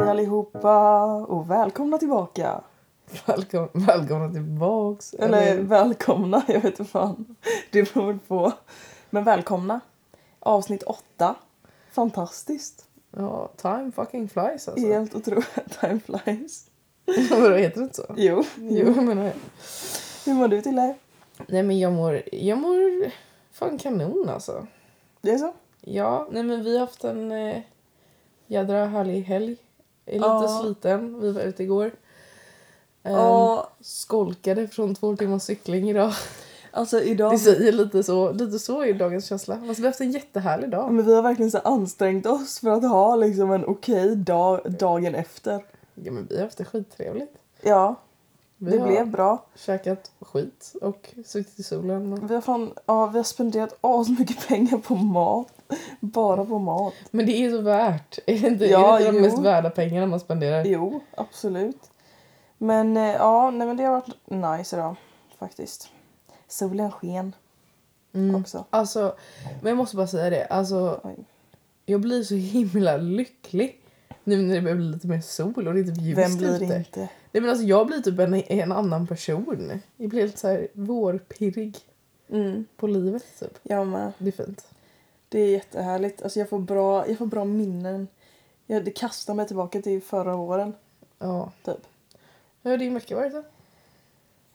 allihopa och välkomna tillbaka. Välkom, välkomna tillbaks. Eller välkomna, jag vet inte fan. Det beror väl på. Men välkomna. Avsnitt åtta. Fantastiskt. Ja, time fucking flies alltså. Helt otroligt. Time flies. Vadå, heter det inte så? Jo. Jo, jag menar jag. Hur mår du till det? Nej men jag mår, jag mår fan kanon alltså. Det är så? Ja, nej men vi har haft en eh, jädra härlig helg. Jag är lite Ja. sliten, vi var ute igår. Ehm, Ja. Skolkade från två timmars cykling idag. Alltså idag... Det säger lite så, lite så är dagens känsla. Fast vi har haft en jättehärlig dag. Men vi har verkligen så ansträngt oss för att ha liksom en okej dag dagen efter. Ja men vi har haft det skittrevligt. Ja, Vi det har blev bra. käkat skit och suttit i solen. och- Vi har, fan, ja, vi har spenderat asmycket pengar på mat. Bara på mat. Men det är så värt. Är det inte, Ja, är det inte jo. de mest värda pengarna man spenderar? Jo, absolut. Men eh, ja, nej, men det har varit nice idag faktiskt. Solen sken Mm. också. Alltså, men jag måste bara säga det. Alltså, Oj. jag blir så himla lycklig nu när det börjar bli lite mer sol och det är typ ljust Vem blir ute. det inte? Nej, men alltså, jag blir typ en, en annan person. Jag blir lite så här vårpirrig Mm, på livet typ. jag med. Det är fint. Det är jättehärligt. Alltså jag får bra, jag får bra minnen. Jag, det kastar mig tillbaka till förra våren, Ja. typ. Hur har din vecka varit då?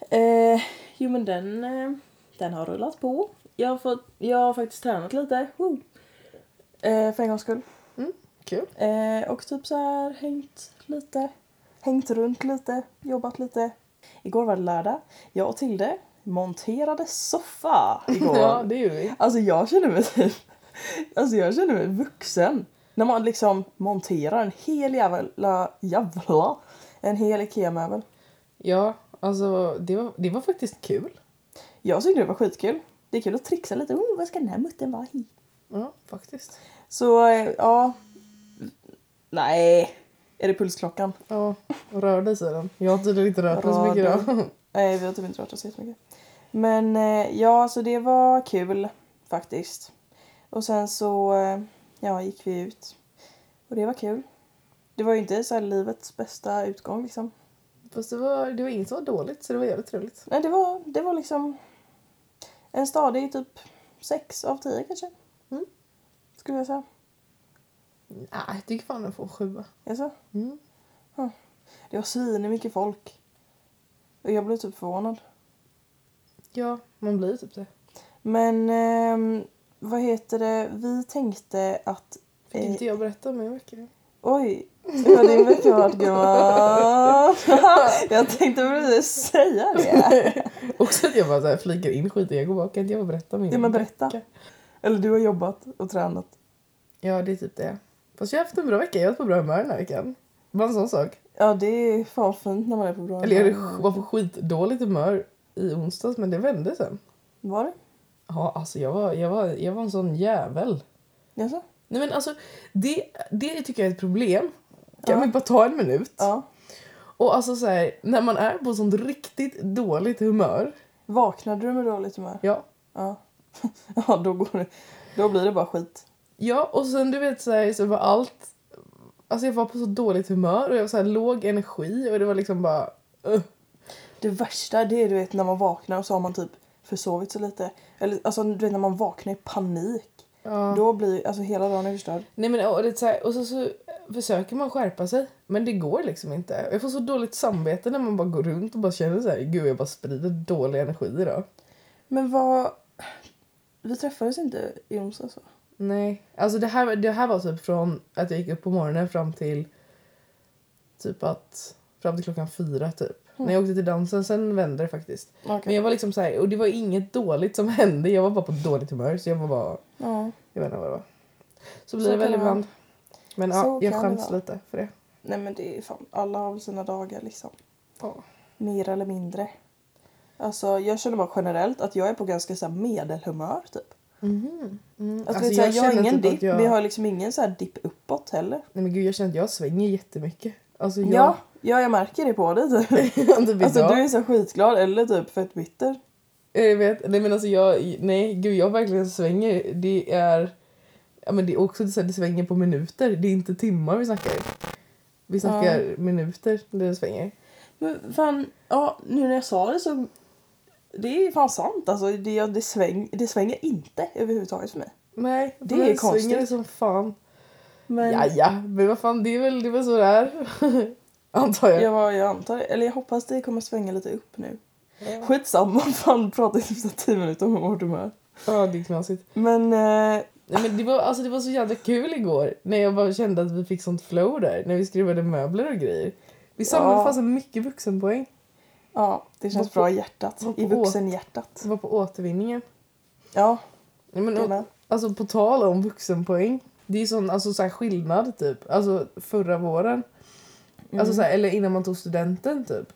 Eh, jo men den, eh, den har rullat på. Jag har, fått, jag har faktiskt tränat lite. Woo. Eh, för en gångs skull. Kul. Eh, och typ så här hängt lite. Hängt runt lite, jobbat lite. Igår var det lördag. Jag och Tilde monterade soffa igår. Ja, det gjorde vi. Alltså jag känner mig typ... Alltså jag känner mig vuxen. När man liksom monterar en hel jävla... Jävla! En hel IKEA-möbel. Ja, alltså det var, det var faktiskt kul. Jag tyckte det var skitkul. Det är kul att trixa lite. Oh, vad ska den här muttern vara i? Ja, faktiskt. Så eh, ja... Nej. Är det pulsklockan? Ja, och rör dig säger den. Jag har tydligen inte rört mig så Rör mycket dig. idag. Nej, vi har typ inte rört oss jättemycket. Men eh, ja, så det var kul faktiskt. Och sen så eh, ja, gick vi ut. Och det var kul. Det var ju inte så här livets bästa utgång liksom. Fast det var, det var inget som var dåligt så det var jävligt trevligt. Nej, det var, det var liksom en stadig typ 6 av 10 kanske. Mm. Skulle jag säga. Nej, jag tycker fan den får en sjua. Jaså? Mm. Det var svinmycket mycket folk. Och jag blev typ förvånad. Ja, man blir typ det. Men ehm, vad heter det? Vi tänkte att... Fick eh, inte jag berätta om min vecka? Oj, hur har din vecka varit gumman? Jag tänkte precis säga det. Också att jag bara så här flikar in skit och jag går bak. Kan inte jag bara berätta om min Ja, men berätta. vecka? Eller du har jobbat och tränat. Ja, det är typ det. Fast jag har haft en bra vecka. Jag har varit på bra humör den här veckan. Bara en sån sak. Ja, det är fan fint när man är på bra Eller jag humör. var på skitdåligt humör i onsdags men det vände sen. Var det? Ja, alltså jag var, jag var, jag var en sån jävel. Jaså? Nej men alltså, det, det tycker jag är ett problem. Kan Ja. vi bara ta en minut? Ja. Och alltså så här, när man är på sånt riktigt dåligt humör. Vaknade du med dåligt humör? Ja. Ja. Ja, då, går det. då blir det bara skit. Ja, och sen du vet så här, så var allt... Alltså jag var på så dåligt humör och jag var så här låg energi och det var liksom bara... Uh. Det värsta det är du vet när man vaknar och så har man typ försovit sig lite. Eller alltså du vet när man vaknar i panik. Ja. Då blir alltså hela dagen är förstörd. Nej men och, det är så här, och så, så försöker man skärpa sig men det går liksom inte. Jag får så dåligt samvete när man bara går runt och bara känner så här, gud jag bara sprider dålig energi idag. Men vad... Vi träffades inte i onsdags va? Nej, alltså det här, det här var typ från att jag gick upp på morgonen fram till typ att fram till klockan fyra typ. Mm. När jag åkte till dansen sen vände det faktiskt. Okej. Men jag var liksom så här, och det var inget dåligt som hände. Jag var bara på dåligt humör så jag var bara, Ja. jag vet inte vad det var. Så Så blir det kan väl det vara. ibland. Men Så ja, kan jag det skäms vara. lite för det. Nej men det är fan, alla har väl sina dagar liksom. Ja. Mer eller mindre. Alltså jag känner bara generellt att jag är på ganska så här medelhumör typ. Mm. Alltså, vet, så här, jag har känner ingen typ att dipp, jag- vi har liksom ingen så här dipp uppåt heller. Nej men gud jag känner att jag svänger jättemycket. Alltså jag... Ja, ja jag märker det på dig typ. typ Alltså idag. du är så skitglad eller typ fett bitter. Jag vet, nej men alltså jag, nej gud jag verkligen svänger. Det är, ja men det är också så här, det svänger på minuter, det är inte timmar vi snackar. Vi snackar minuter när det svänger. Men fan, ja, nu när jag sa det så... Det är ju fan sant alltså. Det, ja, det, sväng, det svänger inte överhuvudtaget för mig. Nej, Det på är den konstigt. svänger det som fan. Men Ja, ja, men vad fan, det är väl, det är väl så det är. Antar jag. Jag, jag antar det. Eller jag hoppas det kommer svänga lite upp nu. Skitsamma, fan pratar i sista tio minuter om vårt humör. Ja, det är knasigt. Men eh, Nej, men det, var, alltså, det var så jävla kul igår när jag bara kände att vi fick sånt flow där. När vi skruvade möbler och grejer. Vi samlade Ja. fasen mycket vuxenpoäng. ja, det känns Vad på- bra i hjärtat. vad på I vuxenhjärtat. Det var på återvinningen. Ja, Nej, men, det och, med. Alltså på tal om vuxenpoäng. Det är ju sån alltså, så här skillnad typ. Alltså förra våren. Alltså, så här, Mm. eller innan man tog studenten typ.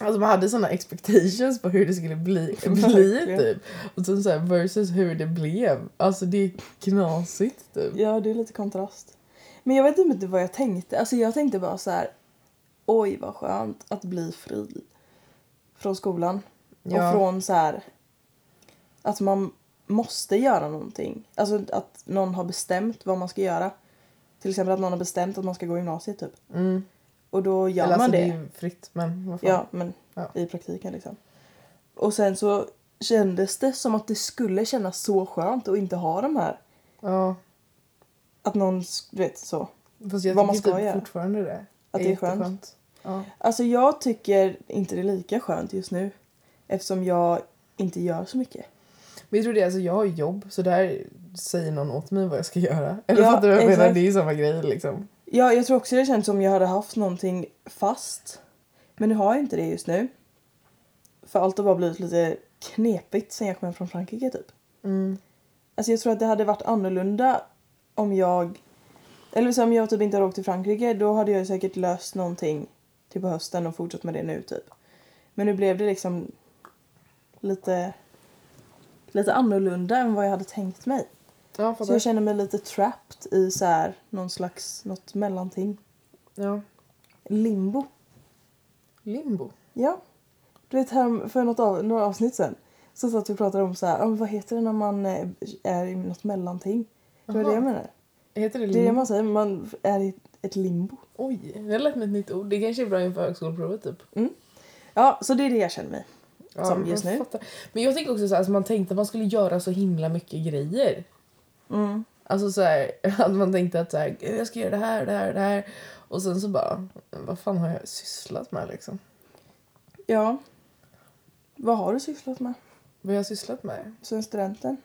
Alltså man hade såna expectations på hur det skulle bli, bli Verkligen. typ. Och sen så här versus hur det blev. Alltså det är knasigt typ. Ja, det är lite kontrast. Men jag vet inte vad jag tänkte. Alltså jag tänkte bara så här. Oj, vad skönt att bli fri. Från skolan. Ja. Och från så här. Att man måste göra någonting. Alltså att någon har bestämt vad man ska göra. Till exempel att någon har bestämt att man ska gå gymnasiet typ. Mm. Och då gör Eller, man alltså, det. det är ju fritt men vad fan. Ja, men Ja. i praktiken liksom. Och sen så kändes det som att det skulle kännas så skönt att inte ha de här. Ja, Att någon, s- du vet så. fast jag Vad man tycker ska typ göra. fortfarande det. Att det är skönt. jätteskönt. Ja. Alltså jag tycker inte det är lika skönt just nu. Eftersom jag inte gör så mycket. Men jag tror det, alltså jag har jobb så där säger någon åt mig vad jag ska göra. Eller Ja, fattar du vad jag menar? exakt. Det är ju samma grej liksom. Ja, jag tror också det känns som jag hade haft någonting fast. Men nu har jag inte det just nu. För allt har bara blivit lite knepigt sen jag kom hem från Frankrike typ. Mm. Alltså jag tror att det hade varit annorlunda om jag... Eller så om jag typ inte hade åkt till Frankrike då hade jag ju säkert löst någonting till på hösten och fortsatt med det nu typ. Men nu blev det liksom lite, lite annorlunda än vad jag hade tänkt mig. Ja, Så fattar. jag känner mig lite trapped i så här någon slags, något mellanting. Ja. Limbo. Limbo. Ja. Du vet här för något av, några avsnitt sen så satt vi och pratade om så här, "Ja, men vad heter det när man eh, är i något mellanting? Det var Jaha. det jag menar. Heter det Det är limbo? det man säger, man är i ett limbo. Oj, det lät med ett nytt ord. Det kanske är bra inför högskoleprovet typ. Ja, så det är det jag känner mig. Som men just jag nu. fattar. Men jag tänker också så här, alltså, man tänkte att man skulle göra så himla mycket grejer. Mm. Alltså så här, att man tänkte att så här, "Gud, jag ska göra det här, det här, det här. Och sen så bara, vad fan har jag sysslat med liksom? Ja. Vad har du sysslat med Vad har jag sysslat med? sen studenten?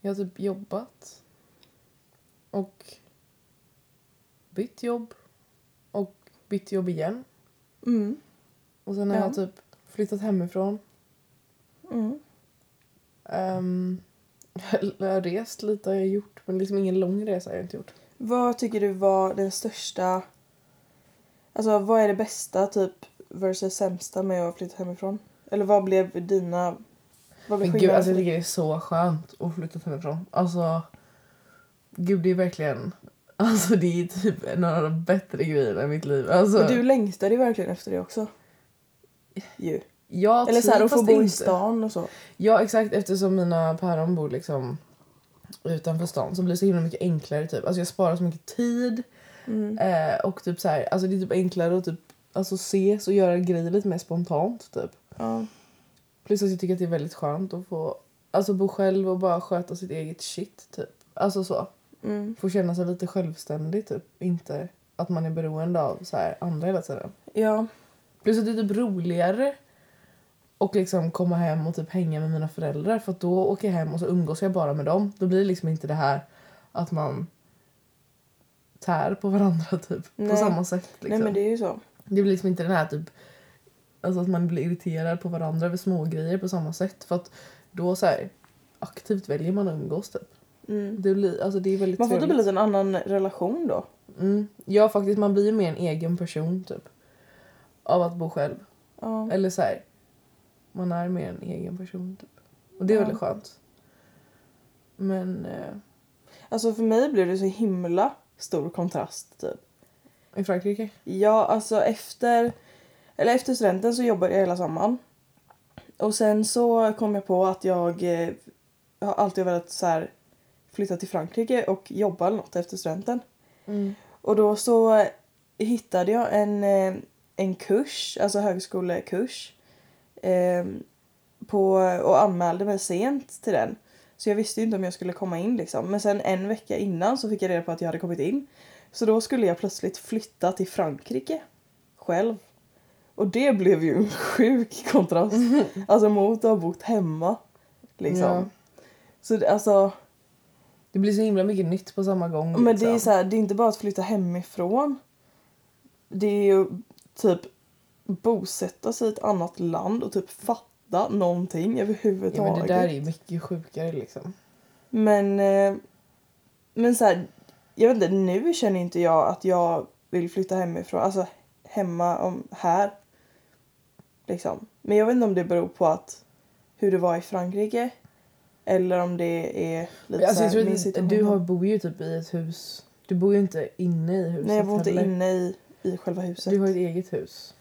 Jag har typ jobbat. Och bytt jobb. Och bytt jobb igen. Mm. Och sen har Ja. jag typ flyttat hemifrån. Mm. Um, jag har rest lite har jag gjort. Men liksom ingen lång resa har jag inte gjort. Vad tycker du var den största... Alltså vad är det bästa typ versus sämsta med att flytta hemifrån? Eller vad blev dina... Vad blev Men gud, alltså, skillnaden? jag tycker det är så skönt att flytta hemifrån. Alltså, gud det är verkligen... Alltså det är typ en av de bättre grejerna i mitt liv. Alltså, Men du längtade ju verkligen efter det också. Ju. jag Eller så här, att få typ, fast bo i inte. stan och så. Ja, exakt. Eftersom mina päron bor liksom utanför stan så blir det så himla mycket enklare. Typ. Alltså, jag sparar så mycket tid. Mm. Eh, och typ så här, alltså, Det är typ enklare att typ, alltså, ses och göra grejer lite mer spontant. Typ. Ja. Plus att jag tycker att det är väldigt skönt att få alltså, bo själv och bara sköta sitt eget shit. Typ. Alltså så. Mm. Få känna sig lite självständig. Typ. Inte att man är beroende av så här, andra hela tiden. Ja. Plus att det är typ roligare och liksom komma hem och typ hänga med mina föräldrar för att då åker jag hem och så umgås jag bara med dem. Då blir det liksom inte det här att man tär på varandra typ på Nej. samma sätt. Liksom. Nej men det... det är ju så. blir liksom inte den här typ alltså att man blir irriterad på varandra över smågrejer på samma sätt för att då så här aktivt väljer man att umgås typ. Mm. Det blir alltså det är väldigt Man får typ trevligt. lite en annan relation då. mm. Ja faktiskt man blir ju mer en egen person typ av att bo själv. Ja. Eller så här, man är mer en egen person. Typ. Och det är Ja. väldigt skönt. Men eh, Alltså för mig blev det så himla stor kontrast typ. i Frankrike? Ja, alltså efter, eller efter studenten så jobbade jag hela sommaren. Och sen så kom jag på att jag eh, har alltid velat så här, Mm. flytta till Frankrike och jobba eller något efter studenten. Och då så hittade jag en, eh, en kurs, alltså högskolekurs. Eh, på, och anmälde mig sent till den. Så jag visste ju inte om jag skulle komma in liksom. Men sen en vecka innan så fick jag reda på att jag hade kommit in. Så då skulle jag plötsligt flytta till Frankrike. Själv. Och det blev ju en sjuk kontrast. Alltså mot att ha bott hemma. Liksom. Ja. Så det- alltså. Det blir så himla mycket nytt på samma gång. Men det liksom. är, så här, det är inte bara att flytta hemifrån. Det är ju typ bosätta sig i ett annat land och typ fatta någonting ja, men överhuvudtaget. det där är ju mycket sjukare liksom. Men, eh, men så här, jag vet inte, nu känner inte jag att jag vill flytta hemifrån, alltså hemma om, här. Liksom. Men jag vet inte om det beror på att hur det var i Frankrike eller om det är lite Alltså, typ jag så här, min tror situation. att du har, bor ju typ i ett hus. Du bor ju inte inne i huset Nej, jag bor inte heller. inne i, i själva huset. Du har ett eget hus.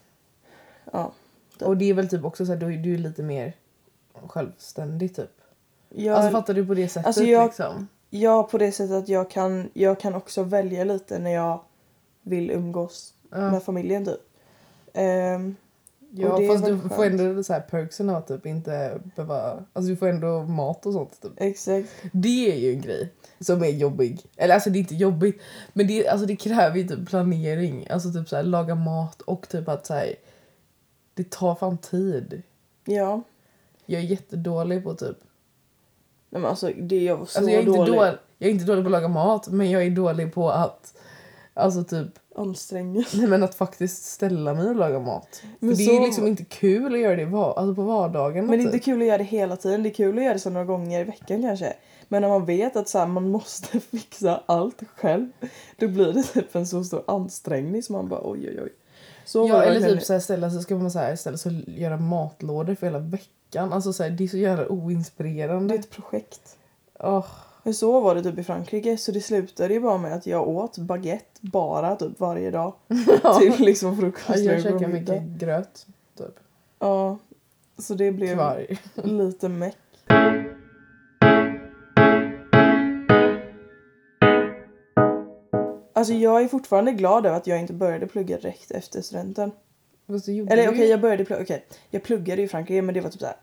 Ja. Och det är väl typ också så här, då är du är lite mer självständig typ. Jag, Alltså fattar du på det sättet Alltså, jag- liksom? ja, på det sättet att jag kan, jag kan också välja lite när jag vill umgås Ja, med familjen typ. Ehm, och det ja är fast väl du får skönt. ändå så här perksen av att typ inte behöva, alltså du får ändå mat och sånt typ. exakt. Det är ju en grej som är jobbig. Eller alltså det är inte jobbigt, men det, alltså, det kräver ju typ planering. Alltså typ så här, laga mat och typ att så här, det tar fan tid. Ja. Jag är jättedålig på typ... Nej, men alltså, det jag var så Alltså jag, är inte dålig. dålig. jag är inte dålig på att laga mat, men jag är dålig på att... Alltså typ, Ansträngd. nej men att faktiskt ställa mig och laga mat. Men För det så- är liksom inte kul att göra det va- alltså på typ. vardagen. Men det är inte kul att göra det hela tiden. Det är kul att göra det så några gånger i veckan kanske. Men när man vet att så här, man måste fixa allt själv. Då blir det typ en så stor ansträngning som man bara oj oj oj. Så var Ja, det eller verkligen. typ så här ställa så ska man så här, ställa sig och göra matlådor för hela veckan. Alltså så här, det är så jävla Det är oinspirerande. ett projekt. Åh. Men så var det typ i Frankrike. Så det slutade ju bara med att jag åt baguette bara typ varje dag. Till liksom frukost, Ja, jag lunch och käkar middag. mycket gröt, typ. Ja. Så det blev Kvarg. lite meck. Alltså jag är fortfarande glad över att jag inte började plugga direkt efter studenten. Fast du gjorde Eller ju- okej, jag började plugga. Okej, jag pluggade i Frankrike men det var typ så här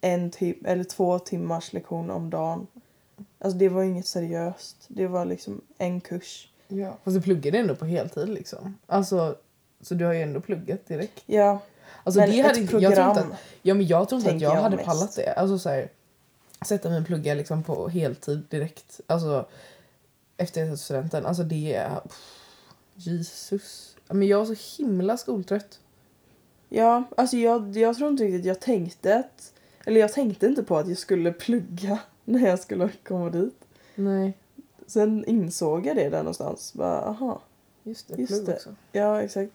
en tim eller två timmars lektion om dagen. Alltså det var inget seriöst. Det var liksom en kurs. Ja. Fast du pluggade ändå på heltid liksom. Alltså, så du har ju ändå pluggat direkt. Ja, Alltså, men det hade ett inte, jag tror program. inte att, ja, men jag tror inte att tänker jag, jag hade mest. pallat det. Alltså så här, sätta mig och plugga liksom på heltid direkt. Alltså efter studenten. Alltså det är... Pff, Jesus. Ja, Men jag var så himla skoltrött. Ja, alltså jag, jag tror inte riktigt jag tänkte att... Eller jag tänkte inte på att jag skulle plugga när jag skulle komma dit. Nej, Sen insåg jag det där någonstans. Bara, aha. just det. Just plugg det. också. Ja, exakt.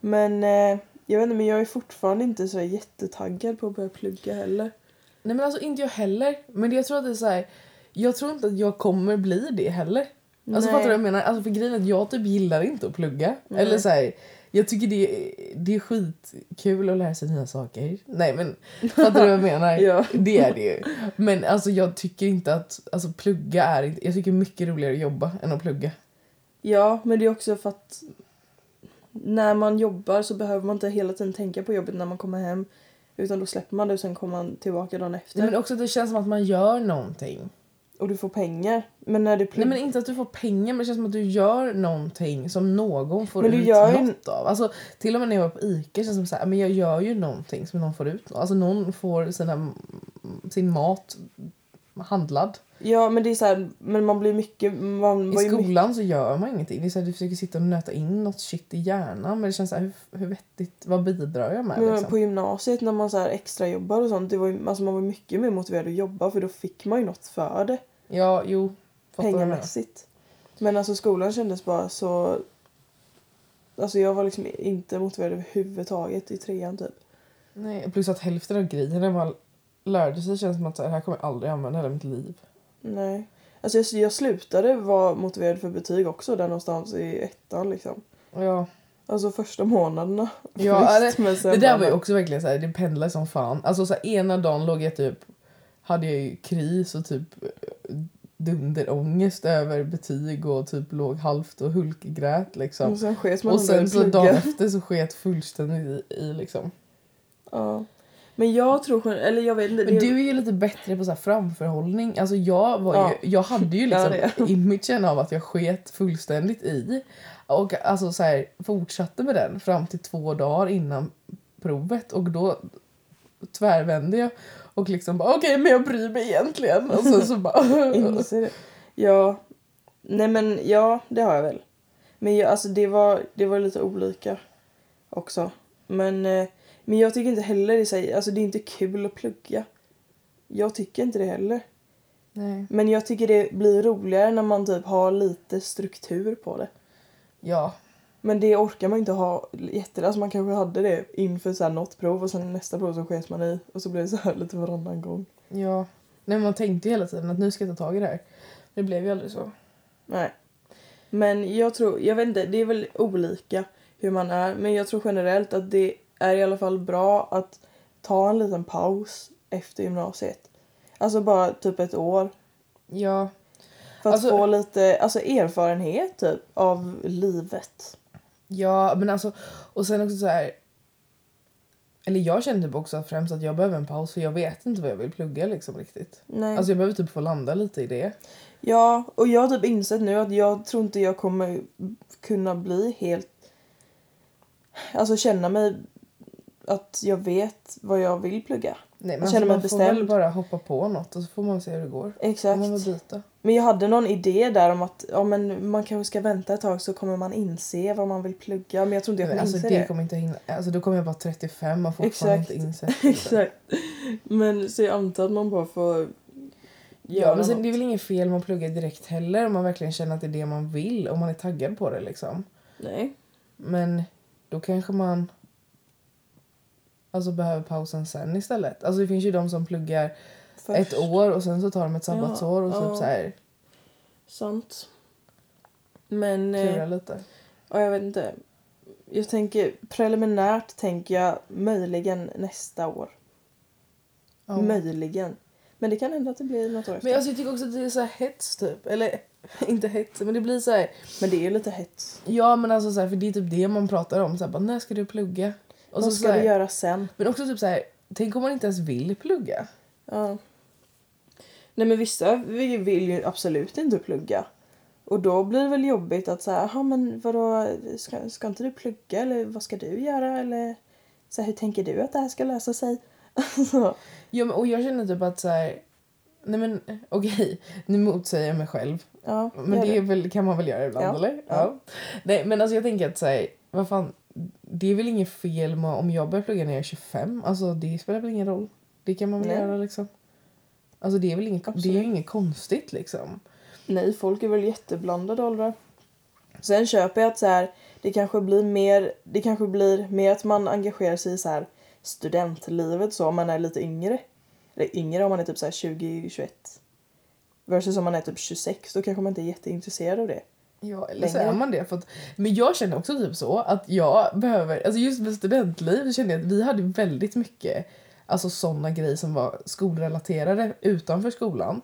Men eh, jag vet inte, men jag är fortfarande inte så där jättetaggad på att börja plugga heller. Nej men alltså inte jag heller. Men jag tror att det är så här, Jag tror inte att jag kommer bli det heller. Nej. Alltså fattar du vad jag menar? Alltså för grejen är att jag typ gillar inte att plugga. Nej. Eller så här, jag tycker det, det är skitkul att lära sig nya saker. Nej men fattar du vad jag menar? Ja. Det är det ju. Men alltså jag tycker inte att, alltså plugga är inte, jag tycker det är mycket roligare att jobba än att plugga. Ja, men det är också för att när man jobbar så behöver man inte hela tiden tänka på jobbet när man kommer hem. Utan då släpper man det och sen kommer man tillbaka dagen efter. Nej, men också att det känns som att man gör någonting. Och du får pengar. Men när du Nej pluggar... men inte att du får pengar men det känns som att du gör någonting som någon får Men du ut gör ju- något av. Alltså, till och med när jag var på Ica känns det som så här, men jag gör ju någonting som någon får ut. Alltså någon får sina, sin mat handlad. Ja, men det är så här, men man blir mycket... Man I var ju mycket skolan så gör man ingenting. Det är så här, du försöker sitta och nöta in något shit i hjärnan men det känns så här, hur, hur vettigt, vad bidrar jag med Men liksom? på gymnasiet när man så här extra jobbar och sånt, det var ju, alltså man var mycket mer motiverad att jobba för då fick man ju något för det Ja, jo. Fattar du vad jag menar? pengamässigt. Men alltså skolan kändes bara så... Alltså jag var liksom inte motiverad överhuvudtaget i trean typ. Nej, plus att hälften av grejerna man lärde sig känns som att så här, det här kommer jag aldrig använda i hela mitt liv. Nej. Alltså jag, jag slutade vara motiverad för betyg också där någonstans i ettan liksom. Och jag Alltså första månaderna. Ja, Visst, men sen Det där bara- var ju också verkligen så här, det pendlade som fan. Alltså så här, ena dagen låg jag typ, hade jag ju kris och typ eh, dunderångest över betyg och typ låg halvt och hulkgrät liksom. Och sen sket man Och ändå i sen så dagen pluggen. efter så sket fullständigt i, i liksom. Ja. Men jag tror gen- eller jag vet inte. Men det- du är ju lite bättre på så här framförhållning. Alltså jag, var Ja. ju, jag hade ju Ja, liksom det. imagen av att jag sket fullständigt i. Och alltså så här, fortsatte med den fram till två dagar innan provet. Och då tvärvände jag och liksom bara okej men jag bryr mig egentligen. Och sen så bara... Inser det. Ja. Nej men ja, det har jag väl. Men jag, alltså det var, det var lite olika också. Men, eh, men jag tycker inte heller i sig, alltså det är inte kul att plugga. Jag tycker inte det heller. Nej. Men jag tycker det blir roligare när man typ har lite struktur på det. Ja. Men det orkar man inte ha jätte... Alltså man kanske hade det inför så här något prov och sen nästa prov så sket man i och så blev det så här lite varannan gång. Ja. Nej, man tänkte ju hela tiden att nu ska jag ta tag i det här. Men det blev ju aldrig så. Nej. Men jag tror, jag vet inte, det är väl olika hur man är. Men jag tror generellt att det är i alla fall bra att ta en liten paus efter gymnasiet. Alltså bara typ ett år. Ja. För att Alltså- få lite alltså erfarenhet typ av livet. Ja, men alltså... Och sen också så här... Eller jag kände typ också främst att jag behöver en paus för jag vet inte vad jag vill plugga liksom riktigt. Nej. Alltså jag behöver typ få landa lite i det. Ja, och jag har typ insett nu att jag tror inte jag kommer kunna bli helt... Alltså känna mig att jag vet vad jag vill plugga. Nej, men Jag alltså, känner mig man får bestämd. väl bara hoppa på något och så får man se hur det går. Får Exakt. man väl byta. Men jag hade någon idé där om att ja, men man kanske ska vänta ett tag så kommer man inse vad man vill plugga. Men jag tror inte jag Men kommer alltså inse det, det. kommer inte hinna. Alltså då kommer jag vara 35 och fortfarande Exakt. inte insett. Exakt. Men så jag antar att man bara får Ja, göra men sen, något. det är väl inget fel med att plugga direkt heller om man verkligen känner att det är det man vill och man är taggad på det liksom. Nej. Men då kanske man alltså behöver pausen sen istället. Alltså det finns ju de som pluggar Först. ett år och sen så tar de ett sabbatsår och Ja, ja. typ så här Sant. Men... eh, klurar lite. Ja, jag vet inte. Jag tänker, preliminärt tänker jag möjligen nästa år. Ja. Möjligen. Men det kan hända att det blir något år efter. Men Men, alltså jag tycker också att det är så här hets typ. Eller inte hets men det blir så här. det är ju lite hets. Ja men alltså så här för det är typ det man pratar om. Så här, bara, när ska du plugga? Och så, Vad så ska här, du göra sen? Men också typ så här. Tänk om man inte ens vill plugga. Ja. Nej men vissa vi vill ju absolut inte plugga. Och då blir det väl jobbigt att säga, jaha men vadå, ska, ska inte du plugga eller vad ska du göra eller så här, hur tänker du att det här ska lösa sig? Alltså, Ja, men, och jag känner typ att så här. Nej men okej, nu motsäger jag mig själv. ja, Men gör det är väl, kan man väl göra ibland Ja, eller? ja. Nej men alltså jag tänker att säga, vad fan. Det är väl inget fel med om jag börjar plugga när jag är 25. Alltså det spelar väl ingen roll. Det kan man väl Nej. göra liksom. Alltså det är väl inget, det är ju Absolut. inget konstigt liksom. Nej, folk är väl jätteblandade åldrar. Sen köper jag att så här, det kanske blir mer, det kanske blir mer att man engagerar sig i så här studentlivet så om man är lite yngre. Eller yngre om man är typ så här 20, 21. Versus om man är typ 26, då kanske man inte är jätteintresserad av det. Ja, eller så Längre. är man det. För att, men jag känner också typ så att jag behöver, alltså just med studentliv så känner jag att vi hade väldigt mycket alltså sådana grejer som var skolrelaterade utanför skolan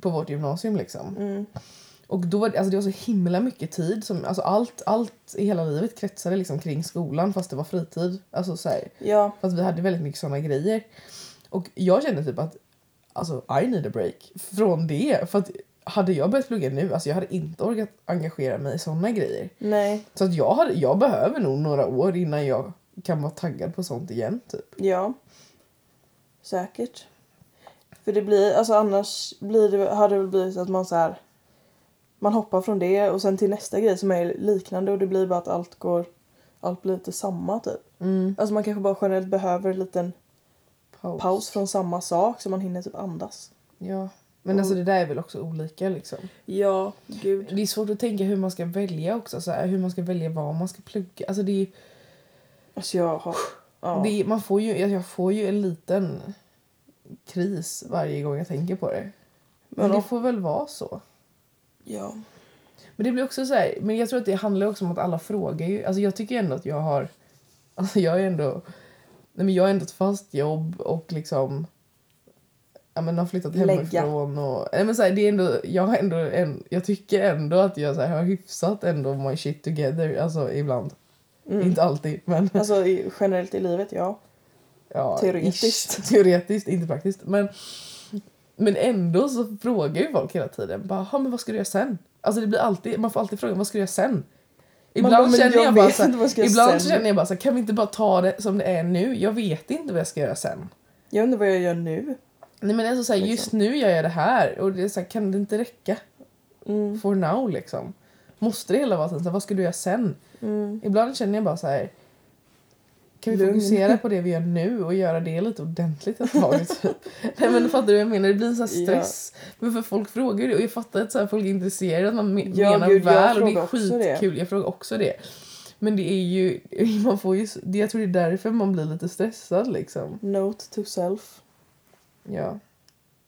på vårt gymnasium liksom. Mm. Och då var det, alltså det var så himla mycket tid som, alltså allt, allt i hela livet kretsade liksom kring skolan fast det var fritid. Alltså så här, Ja, fast vi hade väldigt mycket sådana grejer. Och jag kände typ att, alltså I need a break från det. För att hade jag börjat plugga nu, alltså jag hade inte orkat engagera mig i sådana grejer. nej, Så att jag, hade, jag behöver nog några år innan jag kan vara taggad på sånt igen typ. ja. Säkert. För det blir, alltså annars blir det, hade det väl blivit att man så här man hoppar från det och sen till nästa grej som är liknande och det blir bara att allt går, allt blir lite samma typ. Alltså man kanske bara generellt behöver en liten Paus. paus från samma sak så man hinner typ andas. Ja. Men alltså det där är väl också olika liksom. Ja, gud. Det är svårt att tänka hur man ska välja också, så här, hur man ska välja vad man ska plugga. Alltså det är, Alltså jag har... Ja. det är, man får ju, jag- jag får ju en liten kris varje gång jag tänker på det. Men, men det om, får väl vara så. ja. Men det blir också så här, men jag tror att det handlar också om att alla frågar ju. Alltså jag tycker ändå att jag har, alltså jag är ändå, nej men jag har ändå ett fast jobb och liksom ja, men har flyttat Lägga. hemifrån. Och, nej, men så här, det är ändå, jag, har ändå en, jag tycker ändå att jag så här, har hyfsat ändå my shit together alltså, ibland. Mm. Inte alltid, men Alltså i, generellt i livet, ja. ja, Teoretiskt. ish. teoretiskt, inte praktiskt. Men, men ändå så frågar ju folk hela tiden. Bara, "Ha, men vad ska du göra sen? Alltså, det blir alltid, man får alltid frågan vad ska du göra sen? Ibland bara, men känner jag jag, bara vet så här, inte vad jag ska göra ibland sen. så känner jag bara så här, kan vi inte bara ta det som det är nu? Jag vet inte vad jag ska göra sen. Jag undrar vad jag gör nu. Nej men alltså såhär, Liksom. just nu gör jag det här och det är såhär, kan det inte räcka? Mm. For now liksom. Måste det hela vara såhär, vad ska du göra sen? Mm. Ibland känner jag bara så här. Kan vi Lugn. fokusera på det vi gör nu och göra det lite ordentligt ett tag? typ? Nej men fattar du vad jag menar? Det blir en sån här Ja. stress. Men för folk frågar ju det och jag fattar att så här, folk är intresserade att man me- Ja, menar gud, jag väl och det frågar är också skitkul. Jag frågar också det. Men det är ju, man får ju, s- det- jag tror det är därför man blir lite stressad liksom. Note to self. Ja.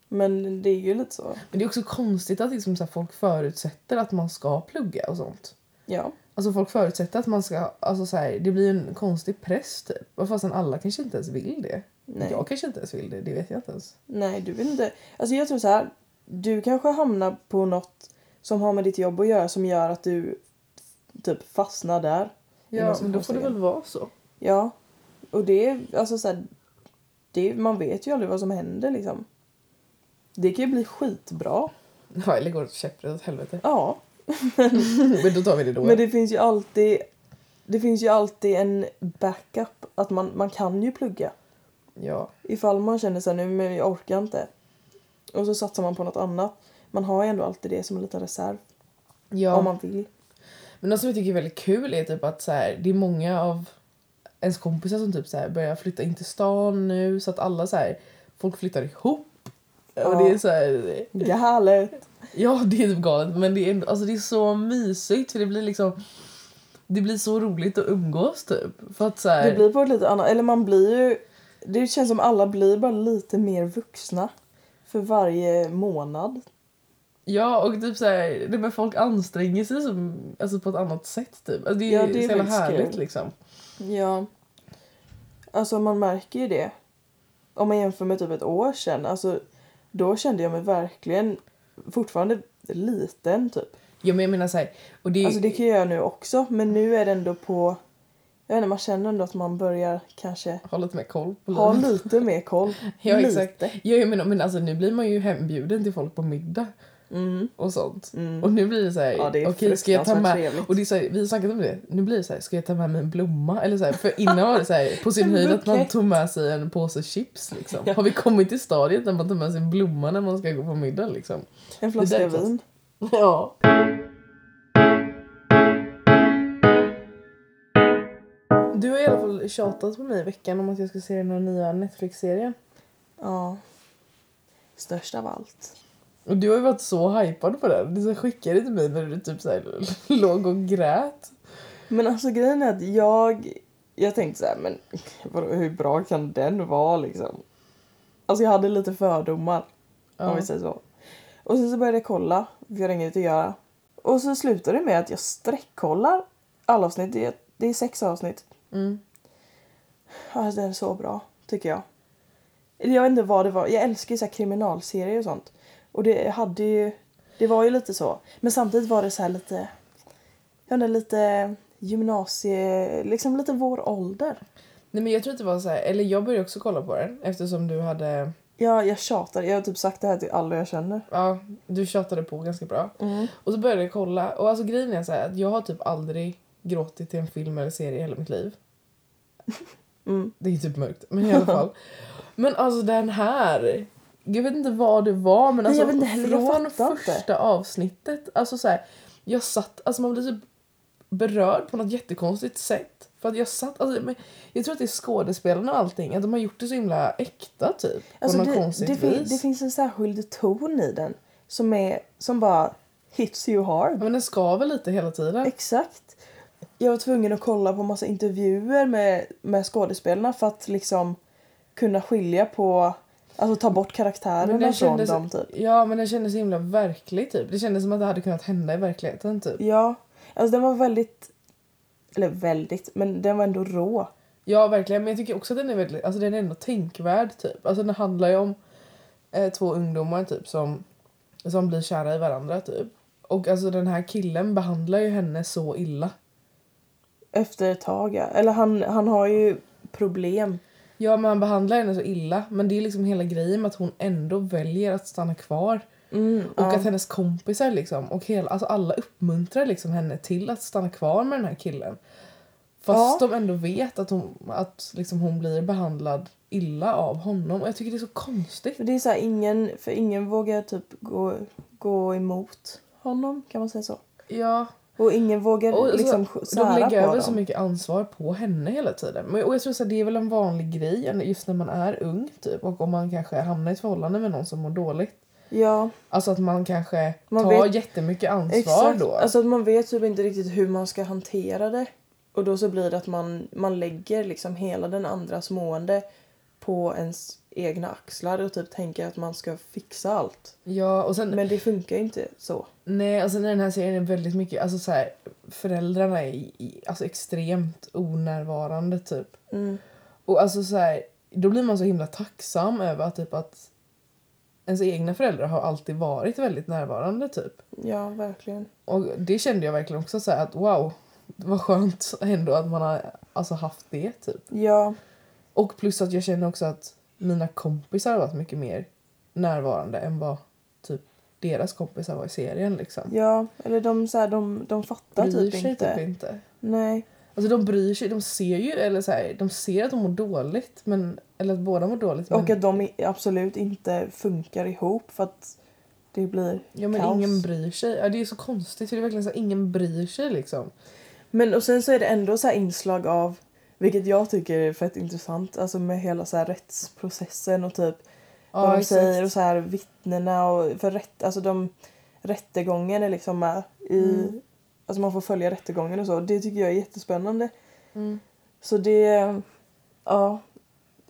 Men det är ju lite så. Men det är också konstigt att liksom så här, folk förutsätter att man ska plugga och sånt. Ja. Alltså folk förutsätter att man ska, alltså så här, det blir en konstig press typ. Vad Fastän alla kanske inte ens vill det. Nej. Jag kanske inte ens vill det, det vet jag inte ens. Nej, du vet inte. Alltså jag tror så här. Du kanske hamnar på något som har med ditt jobb att göra som gör att du typ fastnar där. Ja, Inom men då får det väl vara så. Ja. Och det är alltså så här, det är, Man vet ju aldrig vad som händer liksom. Det kan ju bli skitbra. Ja, eller går det käpprätt åt helvete. Ja. men då tar vi det då. Men det finns ju alltid det finns ju alltid en backup. Att man, man kan ju plugga. Ja. Ifall man känner så här, nu men jag orkar inte. Och så satsar man på något annat. Man har ju ändå alltid det som en liten reserv. ja. Om man vill. Men något som jag tycker är väldigt kul är typ att så här, det är många av ens kompisar som typ så här, börjar flytta in till stan nu så att alla så här, folk flyttar ihop. Och Ja. det är så här, Galet! Ja, det är typ galet. Men det är, ändå- alltså, det är så mysigt för det blir liksom... Det blir så roligt att umgås typ. För att så här, Det blir på ett lite annat... Eller man blir ju... Det känns som alla blir bara lite mer vuxna. För varje månad. Ja, och typ så här, det, men folk anstränger sig som, alltså, på ett annat sätt typ. Alltså, det är, Ja, det är så jävla faktiskt härligt kul. liksom. Ja. Alltså man märker ju det. Om man jämför med typ ett år sedan. Alltså då kände jag mig verkligen fortfarande liten typ. Ja, men jag menar så här, och det, Alltså det kan jag göra nu också. Men nu är det ändå på... Jag vet inte, man känner ändå att man börjar kanske har lite mer koll på ha livet. lite mer koll. Mm. Ja, lite. exakt. Ja, jag menar, men alltså nu blir man ju hembjuden till folk på middag Mm, och sånt. mm. Och nu blir det så här, Ja, det är okej, ska jag ta fruktansvärt med trevligt. Och det är så här, vi har snackat om det. Nu blir det så här, ska jag ta med mig en blomma? Eller så här, för innan var det så här, på sin En höjd att man bukett. tog med sig en påse chips. Liksom. Har vi kommit till stadiet där man tar med sig en blomma när man ska gå på middag? Liksom? En Det alltså. flaska där är vin. Ja. Du har i alla fall tjatat på mig i veckan om att jag ska se den här nya Netflix-serien. Ja. Störst av allt. Och du har ju varit så hypad på den. Du så här skickade till mig när du typ så här, låg och grät. Men alltså grejen är att jag... Jag tänkte så här, men vadå, hur bra kan den vara liksom? Alltså jag hade lite fördomar, om vi säger så. Och sen så började jag kolla, för jag har inget att göra. Och så slutade det med att jag streckkollar alla avsnitt. Det är, det är sex avsnitt. Mm. Alltså den är så bra, tycker jag. Eller jag vet inte vad det var. Jag älskar ju så här kriminalserier och sånt. Och det hade ju... Det var ju lite så. Men samtidigt var det så här lite... Jag vet inte, lite gymnasie... Liksom lite vår ålder. Nej men jag tror att det var så här, eller jag började också kolla på den eftersom du hade, Ja, jag tjatar. Jag har typ sagt det här till alla jag känner. ja du tjatade på ganska bra. Mm. Och så började jag kolla och alltså grejen är så här att jag har typ aldrig gråtit till en film eller serie i hela mitt liv. Mm. Det är typ mörkt men i alla fall. men alltså den här, jag vet inte vad det var men Nej, alltså jag vet inte heller, jag från fattar första inte. avsnittet, alltså så här, jag satt, alltså man blir typ berörd på något jättekonstigt sätt. För att jag satt, alltså, men jag tror att det är skådespelarna och allting, att de har gjort det så himla äkta typ. Alltså på något det, konstigt det, fin- vis. det finns en särskild ton i den som, är, som bara hits you hard. Ja, Men den skaver lite hela tiden. Exakt. Jag var tvungen att kolla på massa intervjuer med, med skådespelarna för att liksom kunna skilja på, alltså ta bort Men karaktärerna den från kändes- dem typ. Ja, men den kändes så himla verklig typ. Det kändes som att det hade kunnat hända i verkligheten typ. Ja, alltså den var väldigt, eller väldigt, men den var ändå rå. Ja, verkligen. Men jag tycker också att den är väldigt, alltså den är ändå tänkvärd typ. Alltså den handlar ju om eh, två ungdomar typ som, som blir kära i varandra typ. Och alltså den här killen behandlar ju henne så illa. Efter ett tag, ja. Eller han, han har ju problem. Ja men han behandlar henne så illa. Men det är liksom hela grejen med att hon ändå väljer att stanna kvar. Mm, Och ja. att hennes kompisar liksom, och hela, alltså alla uppmuntrar liksom henne till att stanna kvar med den här killen. Fast Ja. de ändå vet att hon, att liksom hon blir behandlad illa av honom. Och jag tycker det är så konstigt. För det är så här, ingen, för ingen vågar typ gå, gå emot honom, kan man säga så. Ja, Och ingen vågar och liksom så, sära de lägger på över dem. så mycket ansvar på henne hela tiden. Men, och jag tror så här, det är väl en vanlig grej just när man är ung typ. Och om man kanske hamnar i ett förhållande med någon som mår dåligt. Ja, Alltså att man kanske Man tar vet- jättemycket ansvar exakt. då. Alltså att man vet typ inte riktigt hur man ska hantera det. Och då så blir det att man, man lägger liksom hela den andras mående på ens egna axlar och typ tänker att man ska fixa allt. ja, och sen, Men det funkar ju inte så. Nej, alltså den här serien är väldigt mycket, alltså så här, föräldrarna är i- i- alltså extremt onärvarande typ. Mm. Och alltså så här, då blir man så himla tacksam över att typ att ens egna föräldrar har alltid varit väldigt närvarande typ. Ja, verkligen. Och det kände jag verkligen också så här att wow, vad skönt ändå att man har alltså haft det typ. Ja, Och plus att jag känner också att mina kompisar har varit mycket mer närvarande än vad typ deras kompisar var i serien liksom. ja. Eller de, så här, de, de fattar Bryr typ sig inte. typ inte. Nej. Alltså de bryr sig, de ser ju eller så här, de ser att de mår dåligt men eller att båda mår dåligt men, Och att de i- absolut inte funkar ihop för att det blir ja, men kaos. ingen bryr sig. Ja, det är så konstigt för det är verkligen så här, ingen bryr sig liksom. Men och sen så är det ändå så här inslag av, vilket jag tycker är fett intressant, alltså med hela så här rättsprocessen och typ vad de exakt. säger och så här vittnena och för rätt, alltså de rättegången är liksom med i, Mm. alltså man får följa rättegången och så. Det tycker jag är jättespännande. Mm. Så det, ja,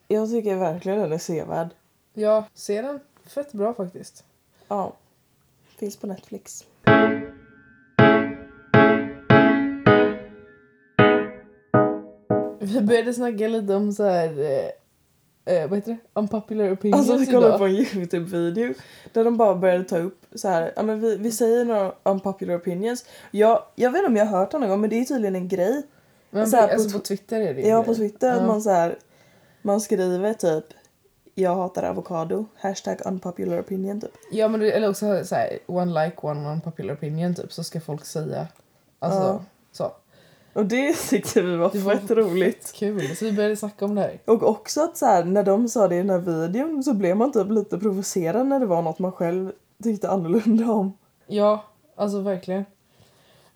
jag tycker verkligen den är sevärd. Ja, ser den fett bra faktiskt. Ja, finns på Netflix. Vi började snacka lite om så här eh, eh, vad heter det? Unpopular opinions Alltså vi kollade idag. på en Youtube-video där de bara började ta upp så här, ja men vi, vi säger några unpopular opinions. Jag, jag vet inte om jag har hört det någon gång men det är tydligen en grej men, så här på alltså tw- på, Twitter är det ju Jag har på grejer. Twitter att Ja. man så här, man skriver typ jag hatar avokado, hashtag unpopular opinion typ. Ja men det, eller också så här, one like one unpopular opinion typ så ska folk säga alltså Ja. så. Och det tyckte vi var Det var fett roligt. Kul. Så vi började snacka om det här. Och också att så här, när de sa det i den här videon så blev man typ lite provocerad när det var något man själv tyckte annorlunda om. Ja, alltså verkligen.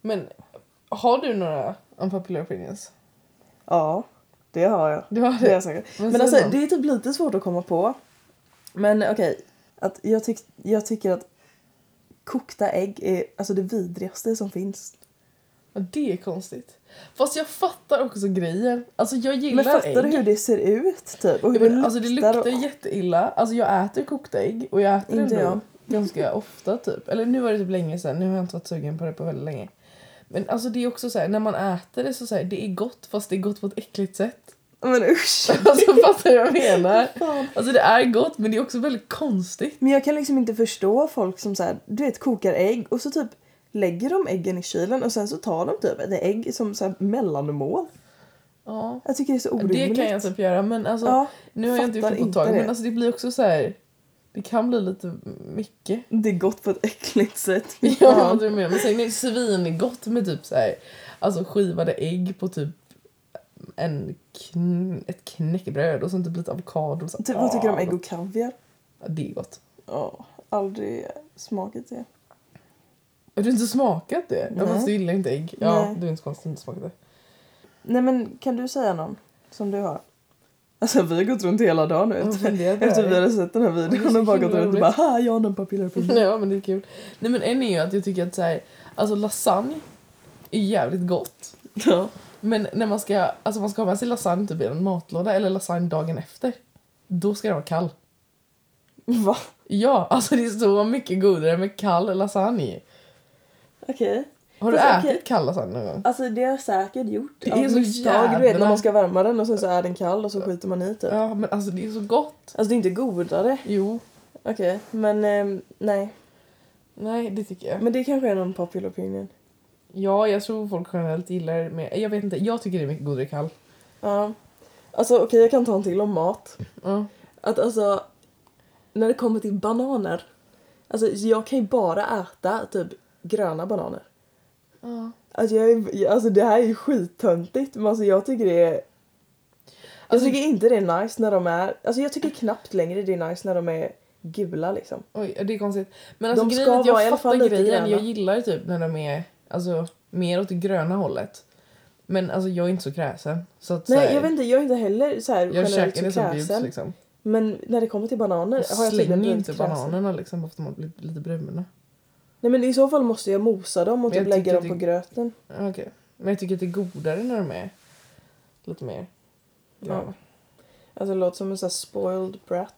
Men har du några unpopular opinions? Ja, det har jag. Du har Det har jag säkert. Men Men säg alltså någon. det är typ lite svårt att komma på. Men okej, att jag, tyck, jag tycker att kokta ägg är alltså det vidrigaste som finns. Ja, det är konstigt. Fast jag fattar också grejen. Alltså jag gillar Men fattar du ägg. hur det ser ut typ? Och hur Ja, men, alltså det det luktar och- jätteilla. Alltså jag äter kokta ägg och jag äter Inte det jag. ändå ganska ofta typ. Eller nu var det typ länge sedan, nu har jag inte varit sugen på det på väldigt länge. Men alltså det är också så här, när man äter det så säger det är gott fast det är gott på ett äckligt sätt. Men usch! Alltså fattar du vad jag menar? Fan. Alltså det är gott men det är också väldigt konstigt. Men jag kan liksom inte förstå folk som så här, du vet kokar ägg och så typ lägger de äggen i kylen och sen så tar de typ ett ägg som så här mellanmål. Ja. Jag tycker det är så orimligt. Det kan jag typ göra men alltså Ja, nu har jag inte fattar gjort det på ett inte tag det. men alltså det blir också så här. Det kan bli lite mycket. det är gott på ett äckligt sätt. Jag vet inte vad du menar men sen är det svingott med typ så här alltså skivade ägg på typ en kn- ett knäckebröd och sen typ lite avokado och så. Typ, vad tycker du om ägg Ja, och kaviar? det är gott. Ja, aldrig smakat det. Har du inte smakat det? Ja, Nej. fast du gillar inte ägg. Ja, Nej. du är inte så konstigt att du inte smakat det. Nej men kan du säga någon som du har? Alltså vi har gått runt hela dagen nu Jag har efter, funderat på det efter vi här. hade sett den här Det är videon så och bara gått himla runt och bara roligt. ha jag har en papiller på Ja men det är kul. Nej men en är ju att jag tycker att så här, alltså lasagne är jävligt gott. Ja. Men när man ska, alltså man ska ha med sig lasagne typ i en matlåda eller lasagne dagen efter, då ska den vara kall. Va? Ja, alltså det är så mycket godare med kall lasagne. Okej. Har du Fast ätit okej. kall lasagne någon gång? Alltså det har jag säkert gjort. Det av är så misstag, Du vet jävla- när man ska värma den och sen så är den kall och så skiter man i typ. Ja, men alltså det är så gott. Alltså det är inte godare. Jo, Okej, men ehm, nej. Nej, det tycker jag. Men det kanske är någon popular opinion. Ja, jag tror folk generellt gillar det mer. Jag vet inte, jag tycker det är mycket godare kall. Ja. Alltså okej, jag kan ta en till om mat. Ja. Att alltså, när det kommer till bananer. Alltså jag kan ju bara äta typ gröna bananer. ja. Alltså, jag är, alltså det här är ju skittöntigt men alltså jag tycker det är... Jag Alltså- tycker inte det är nice när de är... Alltså jag tycker knappt längre det är nice när de är gula liksom. Oj, det är konstigt. Men alltså, De grejen ska är att jag vara i alla fattar fall lite grejen. gröna. Jag gillar typ när de är alltså, mer åt det gröna hållet. Men alltså, jag är inte så kräsen. Så att, så Nej här, jag vet inte, jag är inte heller så här jag generellt käkar så det som bjuds kräsen. liksom. Men när det kommer till bananer har jag slänger tydligen ju blivit inte kräsen. bananerna liksom bara för att de har blivit lite bruna. Nej men i så fall måste jag mosa dem och Men jag typ lägga tycker dem det- på gröten. Ah, Okej. Men jag tycker att det är godare när de är lite mer gröna. Alltså det låter som en sån här spoiled brat.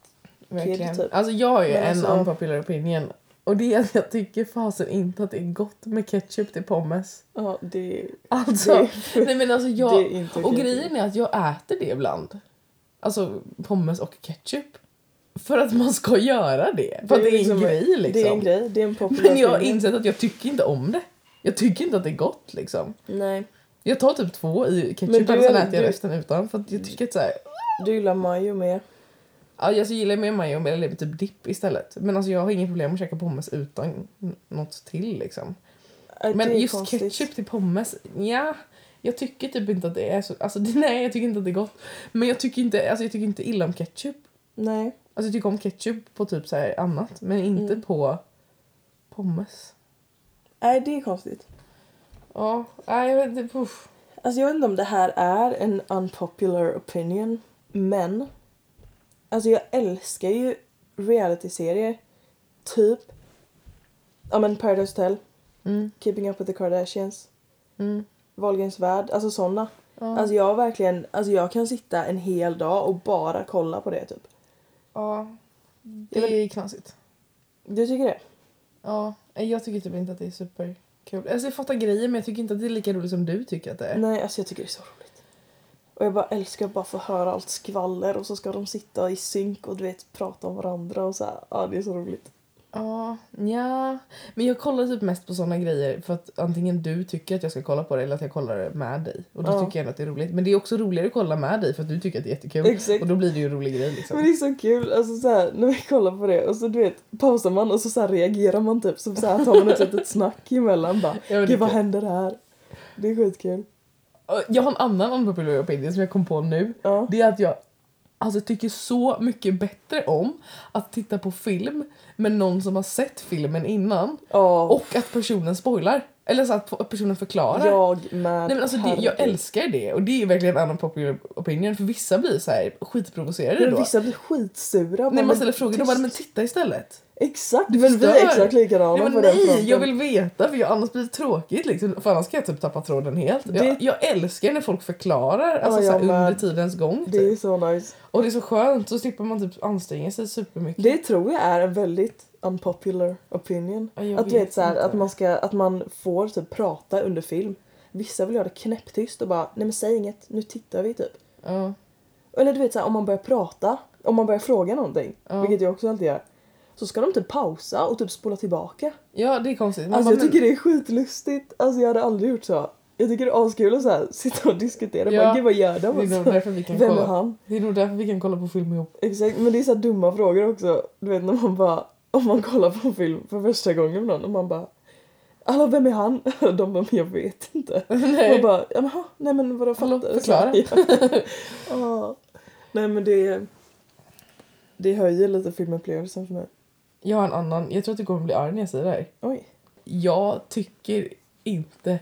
Verkligen. typ. Alltså jag har ju Men en alltså- unpopular opinion. Och det är att jag tycker fasen inte att det är gott med ketchup till pommes. Ja det, Alltså, det, nej men alltså jag... det är inte Och okej. grejen är att jag äter det ibland. Alltså pommes och ketchup. För att man ska göra det. För Det är att det är liksom- en grej liksom. Det är en grej, det är en populär Men jag har opinion. insett att jag tycker inte om det. Jag tycker inte att det är gott liksom. Nej. Jag tar typ två i Men du ketchupen och sen är- äter jag du- Mm. resten utan. För att jag tycker att så här, Du gillar majo mer. ja, jag så gillar mer majo eller typ dipp istället. Men alltså jag har inget problem med att käka pommes utan n- något till liksom. Äh, det Men är just konstigt. ketchup till pommes, ja. Jag tycker typ inte att det är så, alltså det, nej jag tycker inte att det är gott. Men jag tycker inte, alltså jag tycker inte illa om ketchup. Nej. Alltså jag tycker om ketchup på typ så här annat, men inte Mm. på pommes. Nej, det är konstigt. Ja, nej jag vet inte, puff. Alltså jag vet inte om det här är en unpopular opinion. Men. Alltså jag älskar ju realityserier. Typ. Ja men Paradise Hotel, Mm, Keeping Up With The Kardashians, mm. Wahlgrens Värld. Alltså såna. Ja. Alltså jag har verkligen, alltså jag kan sitta en hel dag och bara kolla på det typ. ja. Jag Det är knasigt. Du tycker det? Ja, nej, jag tycker typ inte att det är superkul. Alltså jag fattar grejen men jag tycker inte att det är lika roligt som du tycker att det är. Nej, alltså jag tycker det är så roligt. Och jag bara älskar att bara få höra allt skvaller och så ska de sitta i synk och du vet prata om varandra och så här. Ja, det är så roligt. Ja, nja. Men jag kollar typ mest på såna grejer för att antingen du tycker att jag ska kolla på det eller att jag kollar det med dig. Och då Ja. tycker jag ändå att det är roligt. Men det är också roligare att kolla med dig för att du tycker att det är jättekul. Exakt. Och då blir det ju en rolig grej liksom. Men det är så kul, alltså så här, när vi kollar på det och så du vet pausar man och så, så här reagerar man typ som så här tar man ett litet snack emellan bara. Ja, men det är Gud vad kul. händer här? Det är skitkul. Och Jag har en annan unpopular opinion som jag kom på nu. Ja. Det är att jag alltså, tycker så mycket bättre om att titta på film med någon som har sett filmen innan Ja, och att personen spoilar. Eller så att personen förklarar. jag med. Nej, men alltså det, jag herregud. älskar det och det är verkligen en annan popular opinion för vissa blir så här skitprovocerade Men då. vissa blir skitsura. När bara, man men ställer frågor, de tyst. bara men titta istället. Exakt, Du men vi förstör. är exakt likadana Nej, men på den nej fronten. jag vill veta för jag, annars blir det tråkigt liksom. För annars kan jag typ tappa tråden helt. Det- Jag, jag älskar när folk förklarar alltså, Ja, så här, jag med. under tidens gång. Det är Typ. så nice. Och det är så skönt, så slipper man typ anstränga sig supermycket. Det tror jag är en väldigt unpopular opinion. Ja, jag att du vet så här, inte. att, man ska, att man får typ prata under film. Vissa vill göra det knäpptyst och bara nej men säg inget, nu tittar vi typ. Ja, Eller du vet så här, om man börjar prata, om man börjar fråga någonting, Ja. vilket jag också alltid gör. Så ska de typ pausa och typ spola tillbaka. ja det är konstigt. Man Alltså bara, jag men- tycker det är skitlustigt. Alltså jag hade aldrig gjort så. Jag tycker det är askul att så här, sitta och diskutera. Ja. Bara, Gud vad gör de? det är nog Alltså, därför vi kan vem är kolla. han? Det är nog därför vi kan kolla på film ihop. Exakt, men det är så här dumma frågor också. Du vet när man bara, om man kollar på en film för första gången med någon och man bara Hallå vem är han? Och De bara, men jag vet inte. Nej. Man bara, jaha, nej men vadå Hallå, fattar du?" förklara. Ja. Ja. Nej men det Det höjer lite filmupplevelsen för mig. Jag har en annan, jag tror att du kommer bli arg när jag säger det här. Oj. Jag tycker inte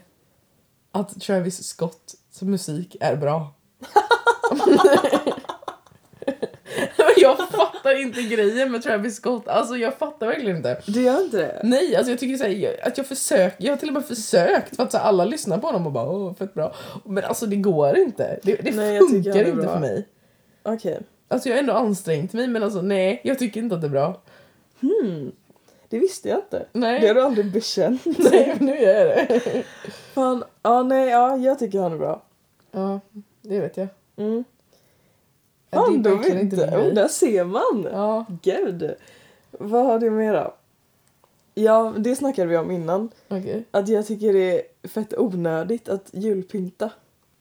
att Travis Scotts musik är bra. Men jag fattar inte grejen med Travis Scott. Alltså jag fattar verkligen inte. Du gör inte det? Nej, alltså jag tycker så här, jag- att jag försöker. Jag har till och med försökt för att så här, alla lyssnar på honom och bara åh, fett bra. Men alltså det går inte. Det, det Nej, jag tycker funkar han är inte bra. för mig. Okej. Alltså jag har ändå ansträngt mig men alltså nej, jag tycker inte att det är bra. Hmm. Det visste jag inte. Nej. Det har du aldrig bekänt. Nej, men nu gör jag det. Fan, ja nej, ja jag tycker han är bra. Ja, det vet jag. Mm. Ja, det är Fan, de verkligen vet inte inte. min grej. Oh, där ser man. Ja. Gud. Vad har du mer då? Ja, det snackade vi om innan. Okej. Att jag tycker det är fett onödigt att julpynta.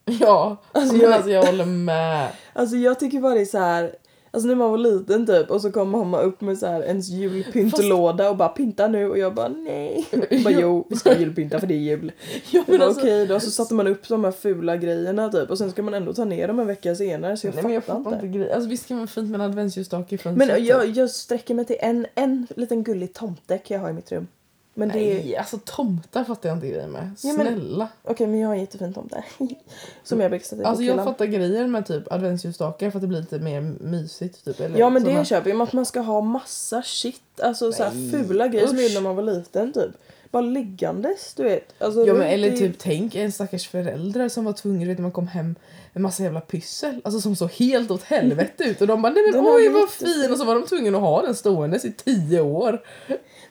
Ja, Alltså, men jag- alltså jag håller med. Alltså jag tycker bara det är så här. Alltså när man var liten typ och så kom mamma upp med så här ens julpyntlåda och bara pynta nu och jag bara nej. Jag bara jo, vi ska julpynta för det är jul. Ja, Jag men bara, alltså, Okej då, så satte man upp de här fula grejerna typ och sen ska man ändå ta ner dem en vecka senare så jag, nej, men jag fattar inte. grejen. Alltså, visst kan man fint med en adventsljusstake i fönstret? Men jag, jag sträcker mig till en, en liten gullig tomte kan jag ha i mitt rum. Men det är... Nej, alltså tomtar fattar jag inte grejen med. Ja, men- Snälla. Okej men jag har en jättefin tomte. Som jag brukar sätta i Alltså jag bokhyllan. fattar grejen med typ adventsljusstakar för att det blir lite mer mysigt. Typ, eller Ja men det såna- köper jag, men att man ska ha massa shit, alltså så här Nej, fula grejer som jag usch. gjorde när man var liten typ. Bara liggandes du vet. Alltså, Ja, men, runt eller i- typ tänk en stackars förälder som var tvungen du vet, när man kom hem en massa jävla pyssel alltså som såg helt åt helvete ut och de bara nej men Den här oj var vad jättefin. fin och så var de tvungna att ha den ståendes i tio år.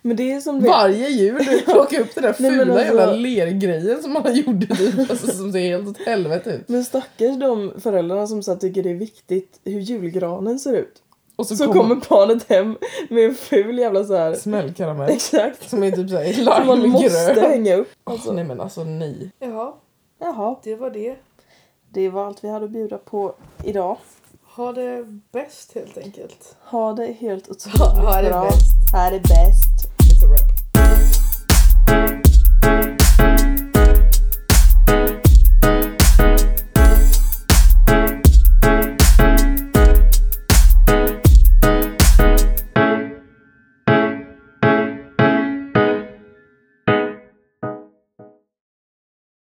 Men det är som du vet, Varje jul du plockar upp den där Nej, fula men alltså- jävla lergrejen som alla gjorde typ alltså som ser helt åt helvete ut. men stackars de föräldrarna som så här, tycker det är viktigt hur julgranen ser ut. Och så, Så kommer kommer barnet hem med en ful jävla så här. smällkaramell Exakt. som är typ såhär Som man måste limegrön. hänga upp. Alltså. Nej men alltså nej. Jaha, Jaha, det var det. det var allt vi hade att bjuda på idag. Ha det bäst helt enkelt. Ha det helt otroligt Ha det bra. bäst. Ha det bäst. It's a wrap.